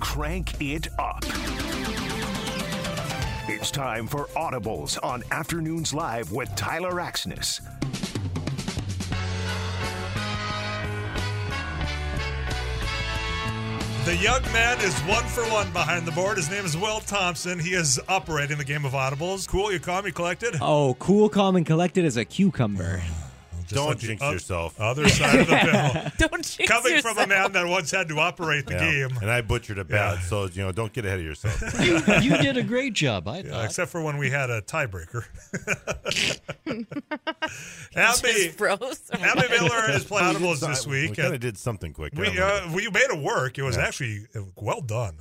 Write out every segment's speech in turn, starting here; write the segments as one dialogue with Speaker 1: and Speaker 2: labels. Speaker 1: crank it up. It's time for Audibles on Afternoons Live with Tyler Axness.
Speaker 2: The young man is one for one behind the board. His name is Will Thompson. He is operating the game of audibles. Cool, you calm, you collected.
Speaker 3: Oh, cool, calm, and collected as a cucumber.
Speaker 2: Just
Speaker 4: Don't
Speaker 2: like the
Speaker 4: jinx
Speaker 2: oth-
Speaker 4: yourself.
Speaker 2: Other side of the pill.
Speaker 5: Don't jinx
Speaker 2: Coming
Speaker 5: yourself.
Speaker 2: from a man that once had to operate the
Speaker 4: Yeah.
Speaker 2: game.
Speaker 4: And I butchered it bad, so you know, don't get ahead of yourself.
Speaker 6: You, you did a great job, I
Speaker 2: Uh,
Speaker 6: thought.
Speaker 2: except for when we had a tiebreaker. Abby,
Speaker 5: Just froze.
Speaker 2: Abby Miller is playing Audibles
Speaker 4: So I-
Speaker 2: this week. Uh,
Speaker 4: we kind of did something quick. I
Speaker 2: We,
Speaker 4: don't know.
Speaker 2: uh, we made it work. It was actually uh, well done.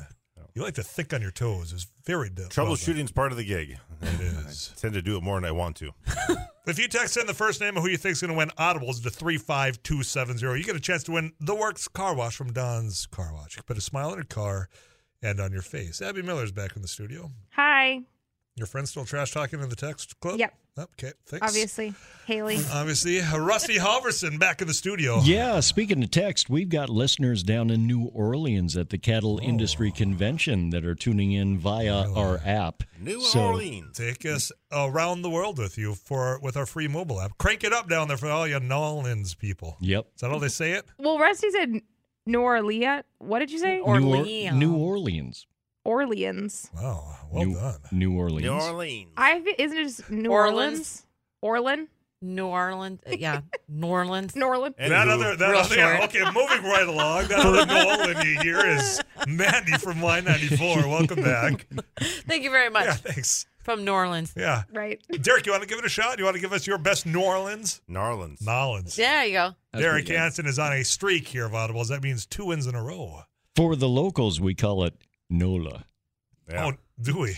Speaker 2: You like to think on your toes. It's very d- well done.
Speaker 4: Troubleshooting's part of the gig.
Speaker 2: It is.
Speaker 4: tend to do it more than I want to.
Speaker 2: If you text in the first name of who you think's going to win Audibles to 35270, you get a chance to win the Works Car Wash from Don's Car Wash. You can put a smile on your car and on your face. Abby Miller's back in the studio.
Speaker 7: Hi.
Speaker 2: Your friend's still trash talking in the text club?
Speaker 7: Yep.
Speaker 2: Okay, thanks.
Speaker 7: Obviously, Haley.
Speaker 2: Obviously. Rusty Halverson back in the studio.
Speaker 6: Yeah, speaking of text, we've got listeners down in New Orleans at the Cattle
Speaker 2: Oh.
Speaker 6: Industry Convention that are tuning in via our app.
Speaker 4: New
Speaker 6: So-
Speaker 4: Orleans.
Speaker 2: Take us around the world with you for with our free mobile app. Crank it up down there for all you New Orleans people.
Speaker 6: Yep.
Speaker 2: Is that how they say it?
Speaker 7: Well, Rusty said New Orleans. What did you say?
Speaker 5: Or-
Speaker 6: New,
Speaker 5: Orleans.
Speaker 6: New Orleans.
Speaker 7: Orleans.
Speaker 2: Wow, well
Speaker 6: New,
Speaker 2: done.
Speaker 6: New Orleans.
Speaker 4: New Orleans.
Speaker 7: I isn't it just New
Speaker 5: Orleans?
Speaker 7: Orleans? Orleans?
Speaker 5: New Orleans. uh, Yeah, New Orleans.
Speaker 7: New Orleans.
Speaker 4: Anywho,
Speaker 2: that other, that
Speaker 5: Real
Speaker 2: other, yeah,
Speaker 5: short.
Speaker 2: okay, moving right along. That other New Orleans you hear is Mandy from Y ninety four. Welcome back.
Speaker 5: Thank you very much.
Speaker 2: Yeah, thanks.
Speaker 5: From New Orleans.
Speaker 2: Yeah,
Speaker 7: Right.
Speaker 2: Derek, you want to give it a shot? You want to give us your best New Orleans?
Speaker 4: New Orleans.
Speaker 2: Nolans.
Speaker 5: There you go.
Speaker 3: That's
Speaker 2: Derek
Speaker 3: pretty good.
Speaker 2: Hansen is on a streak here of audibles. That means two wins in a row.
Speaker 6: For the locals, we call it NOLA.
Speaker 4: Yeah.
Speaker 2: Oh, do we?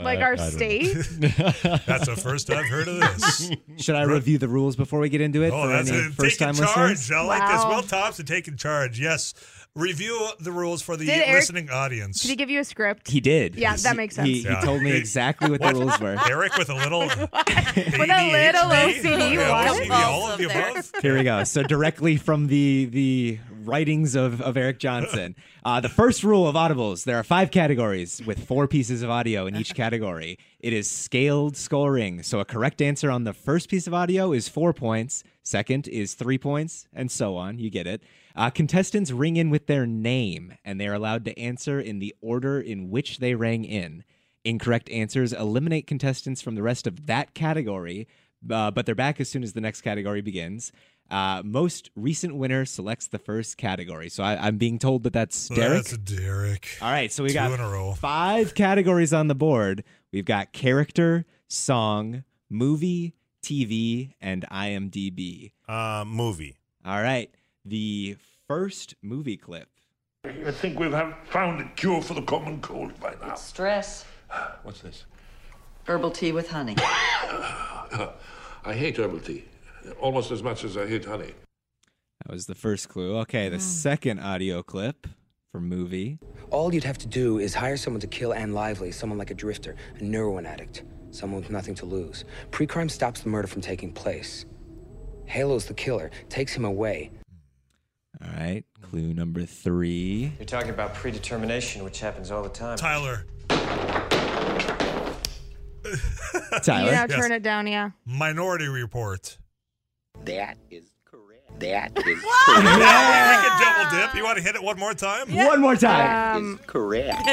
Speaker 7: Like
Speaker 6: I- I
Speaker 7: our
Speaker 6: don't know.
Speaker 7: state.
Speaker 2: That's the first I've heard of this.
Speaker 3: Should I review the rules before we get into it for any
Speaker 2: Oh, it.
Speaker 3: first time
Speaker 2: taking charge.
Speaker 3: listeners?
Speaker 2: I like this.
Speaker 7: Wow.
Speaker 2: Will Thompson taking charge. Yes. Review the rules for the
Speaker 7: Did Eric-
Speaker 2: listening audience.
Speaker 7: Did he give you a script?
Speaker 3: He did.
Speaker 7: Yeah,
Speaker 3: He-
Speaker 7: that makes sense.
Speaker 3: He, he
Speaker 2: Yeah.
Speaker 3: told me exactly what the rules were.
Speaker 2: Eric with a little with
Speaker 7: With a little OCD, what?
Speaker 2: all of the
Speaker 5: Convulsive
Speaker 2: above.
Speaker 3: Here we go. So directly from the the writings of, of Eric Johnson. Uh, the first rule of audibles: there are five categories with four pieces of audio in each category. It is scaled scoring. So a correct answer on the first piece of audio is four points. Second is three points, and so on. You get it. Uh, contestants ring in with their name, and they are allowed to answer in the order in which they rang in. Incorrect answers eliminate contestants from the rest of that category, uh, but they're back as soon as the next category begins. Uh, most recent winner selects the first category. So I, I'm being told that that's Derek.
Speaker 2: That's Derek.
Speaker 3: All right, so we
Speaker 2: Two
Speaker 3: got
Speaker 2: in a row.
Speaker 3: five categories on the board. We've got character, song, movie, TV, and IMDb.
Speaker 4: Uh, movie.
Speaker 3: All right, the first movie clip.
Speaker 8: I think we have found a cure for the common cold by now.
Speaker 9: Stress.
Speaker 8: What's this?
Speaker 9: Herbal tea with honey.
Speaker 8: I hate herbal tea almost as much as I hate honey.
Speaker 3: That was the first clue. Okay, the second audio clip for movie.
Speaker 10: All you'd have to do is hire someone to kill Ann Lively, someone like a drifter, a heroin addict, someone with nothing to lose. Pre crime stops the murder from taking place. Halo's the killer, takes him away.
Speaker 3: All right, clue number three.
Speaker 11: You're talking about predetermination, which happens all the time.
Speaker 2: Tyler,
Speaker 7: You now
Speaker 3: Tyler.
Speaker 7: turn it down, yeah.
Speaker 2: Minority Report.
Speaker 10: That is correct. That is
Speaker 2: Yeah, Oh, we can double dip. You want to hit it one more time?
Speaker 3: One more time.
Speaker 7: Um,
Speaker 10: correct.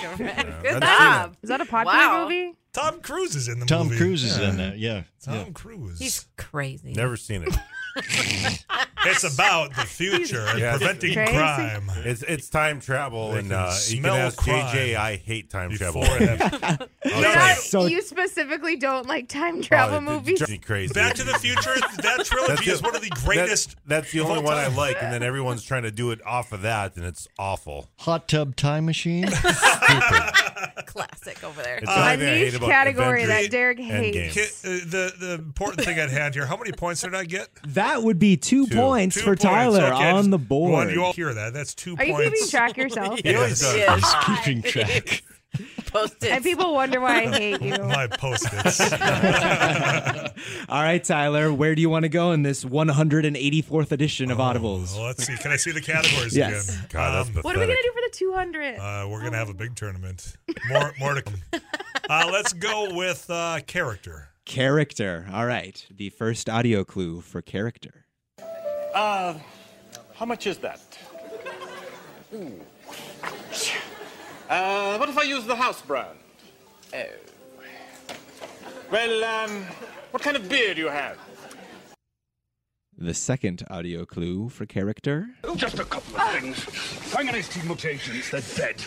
Speaker 5: Correct. Good
Speaker 4: I've
Speaker 5: job.
Speaker 7: is that a popular
Speaker 5: Wow.
Speaker 7: movie?
Speaker 2: Tom Cruise is in the
Speaker 6: Tom
Speaker 2: movie.
Speaker 6: Cruise is in that. Yeah.
Speaker 2: Tom
Speaker 6: yeah.
Speaker 2: Cruise.
Speaker 5: He's crazy.
Speaker 4: Never seen it.
Speaker 2: It's about the future and
Speaker 4: Yeah.
Speaker 2: preventing
Speaker 7: Crazy.
Speaker 2: crime.
Speaker 4: It's it's time travel,
Speaker 2: They
Speaker 4: and
Speaker 2: can
Speaker 4: uh, you can
Speaker 2: smell
Speaker 4: ask JJ.
Speaker 2: crime
Speaker 4: I hate time
Speaker 2: Before
Speaker 4: travel.
Speaker 2: that.
Speaker 4: I'll
Speaker 2: You're
Speaker 4: tell
Speaker 2: not-
Speaker 4: you.
Speaker 3: So-
Speaker 7: you specifically don't like time
Speaker 4: Oh,
Speaker 7: travel
Speaker 4: it- it
Speaker 7: movies.
Speaker 4: drives me crazy.
Speaker 2: Back to the Future, that
Speaker 4: That's
Speaker 2: trilogy
Speaker 4: the-
Speaker 2: is one of the
Speaker 4: that-
Speaker 2: greatest.
Speaker 4: that's the
Speaker 2: of
Speaker 4: only
Speaker 2: all
Speaker 4: one I
Speaker 2: time.
Speaker 4: like, and then everyone's trying to do it off of that, and it's awful.
Speaker 6: Hot tub time machine.
Speaker 5: Classic over there.
Speaker 4: It's
Speaker 2: Uh,
Speaker 4: the only
Speaker 7: a
Speaker 4: thing I hate
Speaker 7: niche
Speaker 4: about
Speaker 7: category
Speaker 4: Avengers
Speaker 7: that Derek
Speaker 4: Endgame.
Speaker 7: hates.
Speaker 2: Ki- uh, the, the important thing at hand here how many points did I get?
Speaker 3: That would be two,
Speaker 4: Two.
Speaker 3: points
Speaker 2: Two
Speaker 3: for
Speaker 2: points.
Speaker 3: Tyler
Speaker 2: Okay, I
Speaker 3: on
Speaker 2: just
Speaker 3: the board.
Speaker 2: wanted you all to hear that. That's two
Speaker 7: Are you
Speaker 2: points.
Speaker 7: keeping track yourself?
Speaker 2: Yes.
Speaker 4: Yes.
Speaker 5: Yes.
Speaker 6: Keeping track.
Speaker 5: post
Speaker 7: And people wonder why I hate you.
Speaker 2: My post-its.
Speaker 3: All right, Tyler, where do you want to go in this 184th edition
Speaker 2: Oh.
Speaker 3: of Audibles?
Speaker 2: Well, let's see. Can I see the categories
Speaker 3: Yes.
Speaker 2: again? Um,
Speaker 3: God, that's
Speaker 7: What are we gonna do for the 200?
Speaker 2: Uh, we're gonna have a big tournament. More, more to come. Uh, let's go with uh, character.
Speaker 3: Character. All right. The first audio clue for character.
Speaker 12: Uh, how much is that? Ooh. Uh, what if I use the house brand? Oh. Well, um, what kind of beer do you have?
Speaker 3: The second audio clue for character.
Speaker 13: Just a couple of things. Sanguinist mutations, they're dead.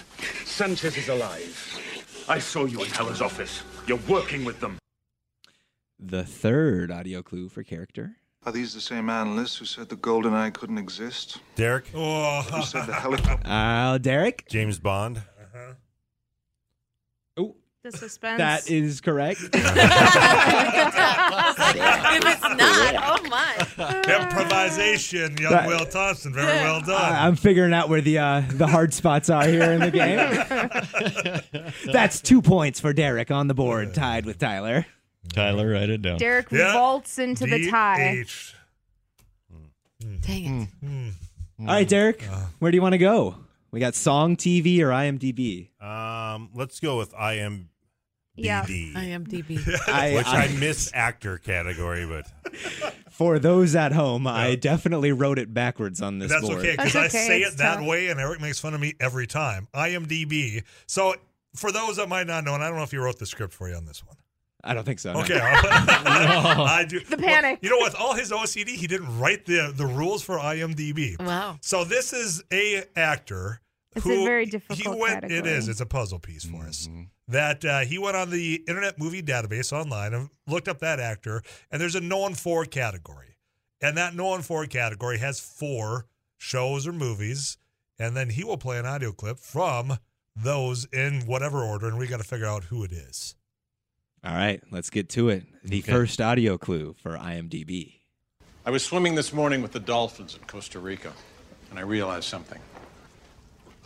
Speaker 13: Sanchez is alive. I saw you in Helen's office. You're working with them.
Speaker 3: The third audio clue for character.
Speaker 14: Are these the same analysts who said the golden eye couldn't exist?
Speaker 4: Derek.
Speaker 2: Oh,
Speaker 14: Who
Speaker 2: uh-huh.
Speaker 14: said the helicopter?
Speaker 3: Uh, Derek.
Speaker 4: James Bond.
Speaker 7: The suspense.
Speaker 3: Oh, That is correct.
Speaker 5: if it's not, oh my.
Speaker 2: Improvisation, young
Speaker 3: That-
Speaker 2: Will Thompson. Very well done.
Speaker 3: I- I'm figuring out where the uh, the hard spots are here in the game. That's two points for Derek on the board, tied with Tyler.
Speaker 6: Tyler, write it down.
Speaker 7: Derek vaults into the tie.
Speaker 5: Dang
Speaker 6: it.
Speaker 3: All right, Derek,
Speaker 2: Uh,
Speaker 3: where do you want to go? We got song, TV, or IMDb.
Speaker 4: Um, let's go with IMDb.
Speaker 5: Yeah. IMDb.
Speaker 3: I-
Speaker 4: which I,
Speaker 3: I-
Speaker 4: miss actor category, but
Speaker 3: For those at home, I definitely wrote it backwards on this
Speaker 2: That's
Speaker 3: board.
Speaker 2: okay because I say
Speaker 7: it's
Speaker 2: it that
Speaker 7: tough.
Speaker 2: way, and Eric makes fun of me every time. IMDb. So for those that might not know, and I don't know if you wrote the script for you on this one.
Speaker 3: I don't think so. no.
Speaker 2: Okay, I do.
Speaker 7: The panic.
Speaker 2: You know, with all his OCD, he didn't write the the rules for IMDb.
Speaker 5: Wow.
Speaker 2: So this is a actor.
Speaker 7: It's a
Speaker 2: who
Speaker 7: very
Speaker 2: he
Speaker 7: difficult
Speaker 2: went- It
Speaker 7: category.
Speaker 2: is. It's a puzzle piece for us.
Speaker 3: Mm-hmm.
Speaker 2: That uh, he went on the Internet Movie Database online and looked up that actor, and there's a known for category, and that known for category has four shows or movies, and then he will play an audio clip from those in whatever order, and we got to figure out who it is.
Speaker 3: All right, let's get to it. The first audio clue for IMDb.
Speaker 12: I was swimming this morning with the dolphins in Costa Rica, and I realized something.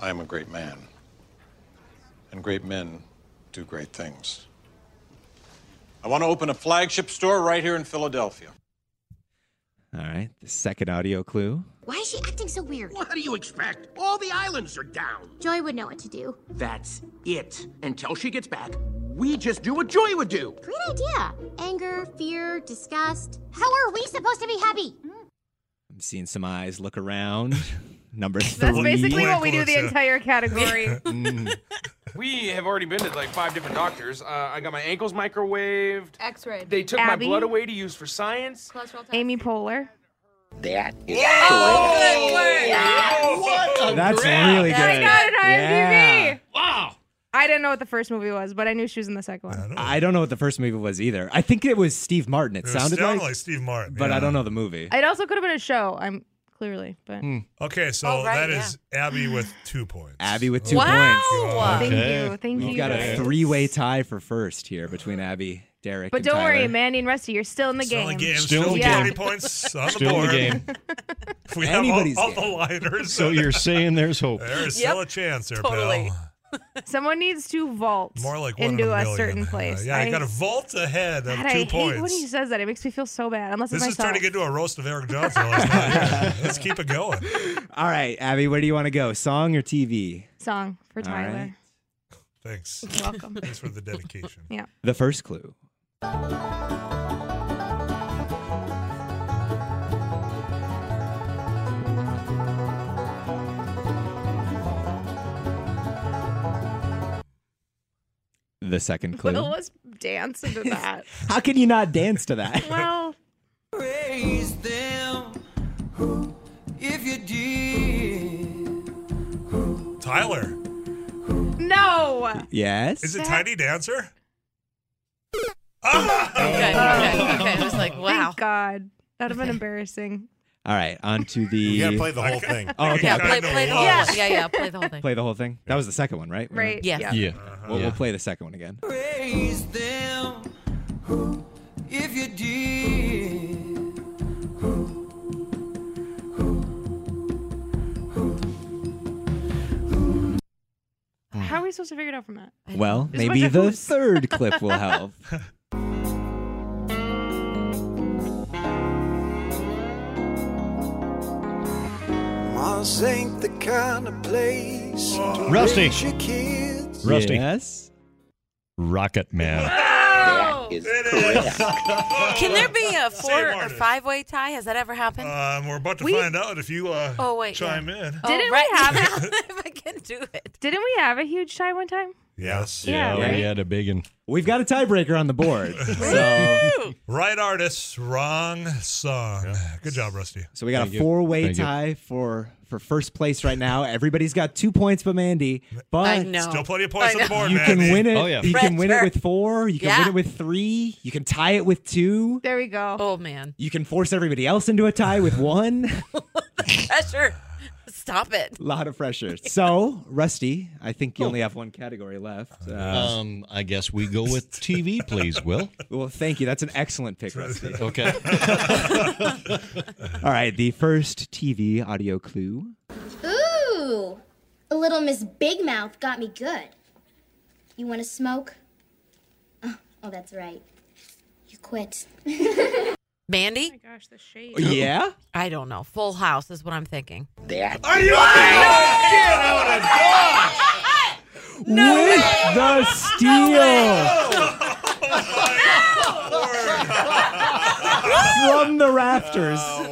Speaker 12: I am a great man, and great men do great things. I want to open a flagship store right here in Philadelphia.
Speaker 3: All right, the second audio clue.
Speaker 15: Why is she acting so weird?
Speaker 16: What do you expect? All the islands are down.
Speaker 15: Joy would know what to do.
Speaker 16: That's it. Until she gets back, we just do what Joy would do.
Speaker 15: Great idea. Anger, fear, disgust. How are we supposed to be happy?
Speaker 3: I'm seeing some eyes look around. Number three.
Speaker 7: That's basically what we do the entire category.
Speaker 3: Mm,
Speaker 12: We have already been to like five different doctors. Uh, I got my ankles microwaved.
Speaker 17: X-ray.
Speaker 12: They took
Speaker 7: Abby?
Speaker 12: my blood away to use for science.
Speaker 7: Amy Poehler.
Speaker 12: That is Oh,
Speaker 7: good work.
Speaker 12: What a
Speaker 3: That's
Speaker 12: grab.
Speaker 3: really
Speaker 7: I
Speaker 3: good.
Speaker 7: got an IMDb.
Speaker 3: Yeah.
Speaker 7: Wow. I didn't know what the first movie was, but I knew she was in the second one.
Speaker 3: I don't know what the first movie was either. I think it was Steve Martin. It,
Speaker 2: It
Speaker 3: sounded
Speaker 2: sounded
Speaker 3: like,
Speaker 2: like Steve Martin,
Speaker 3: but
Speaker 2: yeah.
Speaker 3: I don't know the movie.
Speaker 7: It also could have been a show. I'm clearly, but
Speaker 2: Okay, so
Speaker 7: Oh, right,
Speaker 2: that is Abby with two points.
Speaker 3: Abby with two
Speaker 7: Wow.
Speaker 3: points.
Speaker 7: Thank you, thank
Speaker 3: We've
Speaker 7: you.
Speaker 3: got a
Speaker 7: Okay.
Speaker 3: three-way tie for first here between Abby, Derek,
Speaker 7: but
Speaker 3: and
Speaker 7: don't worry,
Speaker 3: Tyler.
Speaker 7: Mandy and Rusty, you're still in the
Speaker 2: Still in
Speaker 7: game.
Speaker 2: the game.
Speaker 6: Still in the
Speaker 7: yeah.
Speaker 6: game.
Speaker 2: points on
Speaker 6: Still
Speaker 2: the
Speaker 6: in
Speaker 2: board.
Speaker 6: the game.
Speaker 2: If we have all,
Speaker 6: Anybody's
Speaker 2: all the liners.
Speaker 6: So you're saying there's hope.
Speaker 2: there's
Speaker 7: Yep,
Speaker 2: still a chance there,
Speaker 7: totally.
Speaker 2: pal.
Speaker 7: Someone needs to vault
Speaker 2: More like one
Speaker 7: into
Speaker 2: in a, million.
Speaker 7: certain
Speaker 2: Uh,
Speaker 7: place.
Speaker 2: yeah, I got to
Speaker 7: God,
Speaker 2: vault ahead of
Speaker 7: I
Speaker 2: two
Speaker 7: hate
Speaker 2: points.
Speaker 7: when he says that. It makes me feel so bad. Unless
Speaker 2: this
Speaker 7: it's
Speaker 2: is
Speaker 7: myself.
Speaker 2: turning into a roast of Eric Johnson. last night. Let's keep it going.
Speaker 3: All right, Abby, where do you want to go? Song or TV?
Speaker 7: song for
Speaker 3: All
Speaker 7: Tyler.
Speaker 3: right.
Speaker 2: Thanks.
Speaker 7: You're welcome.
Speaker 2: Thanks for the dedication.
Speaker 7: Yeah.
Speaker 3: The first clue. The second clue.
Speaker 7: Will was dancing to that.
Speaker 3: How can you not dance to that?
Speaker 7: well,
Speaker 17: Praise them if you did.
Speaker 2: Tyler,
Speaker 7: no.
Speaker 3: yes.
Speaker 2: is it Tiny Dancer?
Speaker 5: Okay, okay, okay. I was like, wow.
Speaker 7: Thank God. That'd have been embarrassing.
Speaker 3: All right, on to the. You
Speaker 4: gotta play the whole thing.
Speaker 3: Oh, okay.
Speaker 5: Yeah,
Speaker 3: okay.
Speaker 5: play, play the whole
Speaker 7: Yeah.
Speaker 5: thing. Yeah, yeah, play the whole thing.
Speaker 3: Play the whole thing. That was the second one, right?
Speaker 7: Right, Yes. yeah.
Speaker 6: Yeah.
Speaker 3: We'll,
Speaker 6: Yeah.
Speaker 3: we'll play the second one again.
Speaker 17: Praise them if you did.
Speaker 7: How are we supposed to figure it out from that?
Speaker 3: Well,
Speaker 7: There's a
Speaker 3: maybe
Speaker 7: bunch of
Speaker 3: the
Speaker 7: hoops.
Speaker 3: third clip will help.
Speaker 18: Mars ain't the kind of place to
Speaker 6: Rusty.
Speaker 18: raise your kids.
Speaker 6: Rusty.
Speaker 3: Yes.
Speaker 6: Rocket Man.
Speaker 12: Oh.
Speaker 5: Can there be a four or five way tie? Has that ever happened?
Speaker 2: Um, we're about to find out if you uh,
Speaker 5: oh wait,
Speaker 2: chime
Speaker 5: yeah.
Speaker 2: in.
Speaker 5: Oh,
Speaker 7: Didn't
Speaker 5: right
Speaker 7: we have
Speaker 5: now, if I can do it.
Speaker 7: Didn't we have a huge shy one time?
Speaker 2: Yes.
Speaker 6: Yeah,
Speaker 3: Yeah,
Speaker 6: we
Speaker 3: right?
Speaker 6: had a big one.
Speaker 3: We've got a tiebreaker on the board. so,
Speaker 2: Right artist, wrong song. Good job, Rusty.
Speaker 3: so we got a four-way tie for for first place right now. Everybody's got two points, but Mandy. But
Speaker 2: Still plenty of points on
Speaker 5: I
Speaker 2: the
Speaker 5: know.
Speaker 2: board,
Speaker 3: you
Speaker 2: man.
Speaker 3: can win it.
Speaker 6: Oh, yeah.
Speaker 3: You can win it
Speaker 5: Pressure.
Speaker 3: with four. You can
Speaker 5: Yeah.
Speaker 3: win it with three. You can tie it with two.
Speaker 7: There we go.
Speaker 5: Oh man,
Speaker 3: You can force everybody else into a tie with one.
Speaker 5: pressure! Stop it.
Speaker 3: A lot of pressure. So, Rusty, I think you only have one category left. Uh,
Speaker 6: Um, I guess we go with TV, please, Will.
Speaker 3: well, thank you. That's an excellent pick, Rusty.
Speaker 6: Okay.
Speaker 3: All right, the first TV audio clue.
Speaker 15: Ooh, a little Miss Big Mouth got me good. You want to smoke? Oh, oh, that's right. You quit.
Speaker 5: Mandy?
Speaker 7: Gosh, the shade.
Speaker 3: Yeah?
Speaker 5: I don't know. Full House is what I'm thinking.
Speaker 15: That.
Speaker 2: Are you
Speaker 3: No With the steal from the rafters.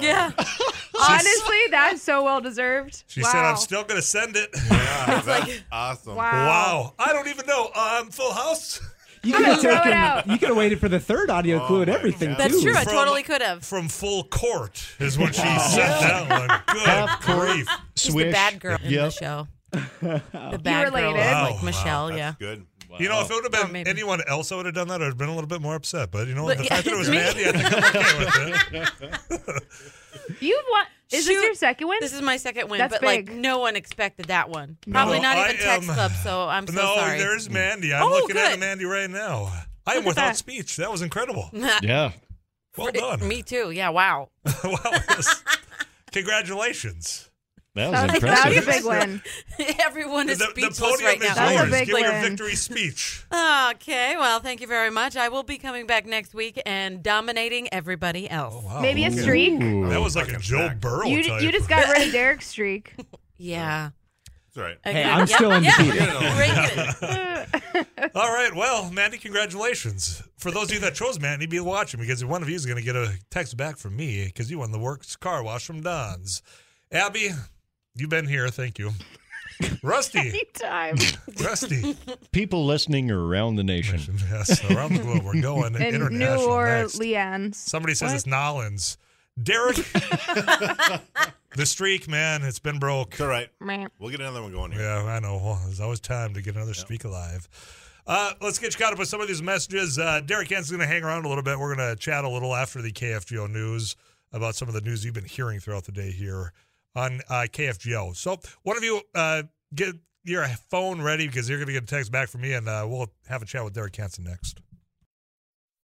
Speaker 5: Yeah.
Speaker 7: Honestly, that's so well deserved.
Speaker 2: She
Speaker 7: wow.
Speaker 2: said, I'm still going to send it.
Speaker 4: awesome.
Speaker 2: Wow. I don't even know. I'm Full House.
Speaker 3: You could have
Speaker 7: Throw it out. Oh
Speaker 3: taken. You could have waited for the third audio clue and everything
Speaker 5: That's
Speaker 3: too.
Speaker 5: true. I
Speaker 2: From-
Speaker 5: totally could have.
Speaker 2: From Full Court is what she sent that one. Good grief.
Speaker 5: She's the bad girl in the show. The bad girl,
Speaker 7: related.
Speaker 5: is
Speaker 2: Wow,
Speaker 5: like
Speaker 2: wow,
Speaker 5: Michelle.
Speaker 4: That's
Speaker 5: yeah.
Speaker 4: good.
Speaker 2: You know, if it would
Speaker 5: Oh,
Speaker 2: have been
Speaker 5: maybe.
Speaker 2: anyone else that would have done that, I'd have been a little bit more upset. But you know what?
Speaker 5: But
Speaker 2: The
Speaker 5: yeah,
Speaker 2: fact that it was
Speaker 5: me.
Speaker 2: Mandy, I think I'm okay with it.
Speaker 7: You want? Is
Speaker 5: Shoot.
Speaker 7: this your second one?
Speaker 5: This is my second win,
Speaker 7: That's
Speaker 5: but like
Speaker 7: big.
Speaker 5: no one expected that one. Probably
Speaker 2: No,
Speaker 5: not
Speaker 2: I
Speaker 5: even Text
Speaker 2: am-
Speaker 5: Club, so I'm so
Speaker 2: no,
Speaker 5: sorry.
Speaker 2: there's Mandy. I'm
Speaker 5: Oh,
Speaker 2: looking at
Speaker 5: good.
Speaker 2: Mandy right now. I am without speech. That was incredible.
Speaker 6: Yeah.
Speaker 2: Well done.
Speaker 5: Me too. Yeah, wow.
Speaker 2: wow. it was- Congratulations.
Speaker 6: That
Speaker 7: that,
Speaker 6: was
Speaker 7: was, that was a
Speaker 6: impressive.
Speaker 7: big one.
Speaker 5: Everyone is
Speaker 2: the, the
Speaker 5: speechless
Speaker 2: podium
Speaker 5: right
Speaker 2: is
Speaker 5: now.
Speaker 7: That was a
Speaker 2: yours.
Speaker 7: big
Speaker 2: Give your
Speaker 7: win.
Speaker 2: victory speech.
Speaker 5: Okay, well, thank you very much. I will be coming back next week and dominating everybody else.
Speaker 2: Oh, Wow.
Speaker 7: Maybe a streak.
Speaker 2: That was like a Joe Burrow
Speaker 7: You
Speaker 2: type.
Speaker 7: you just got rid of Derek's streak.
Speaker 5: Yeah.
Speaker 4: That's right.
Speaker 3: Hey,
Speaker 5: Okay.
Speaker 3: I'm
Speaker 5: Yep,
Speaker 3: still
Speaker 5: yep.
Speaker 3: undefeated.
Speaker 5: Breaking it.
Speaker 2: All right. Well, Mandy, congratulations. For those of you that chose Mandy, be watching because one of you is going to get a text back from me because you won the works car wash from Don's. Abby, you've been here. Thank you. Rusty,
Speaker 7: Anytime.
Speaker 2: Rusty.
Speaker 6: People listening around the nation.
Speaker 2: Yes, around the globe. We're going
Speaker 7: And New
Speaker 2: international. next.
Speaker 7: Orleans.
Speaker 2: Somebody says it's Nollins. Derek, the streak, man, it's been broke.
Speaker 4: It's all right.
Speaker 7: Meh.
Speaker 4: We'll get another one going here.
Speaker 2: Yeah, I know. Well, there's always time to get another streak alive. Uh, let's get you caught up with some of these messages. Uh, Derek Ann's going to hang around a little bit. We're going to chat a little after the KFGO news about some of the news you've been hearing throughout the day here on uh, KFGO. So, one of you, uh, get your phone ready because you're going to get a text back from me, and uh, we'll have a chat with Derek Hansen next.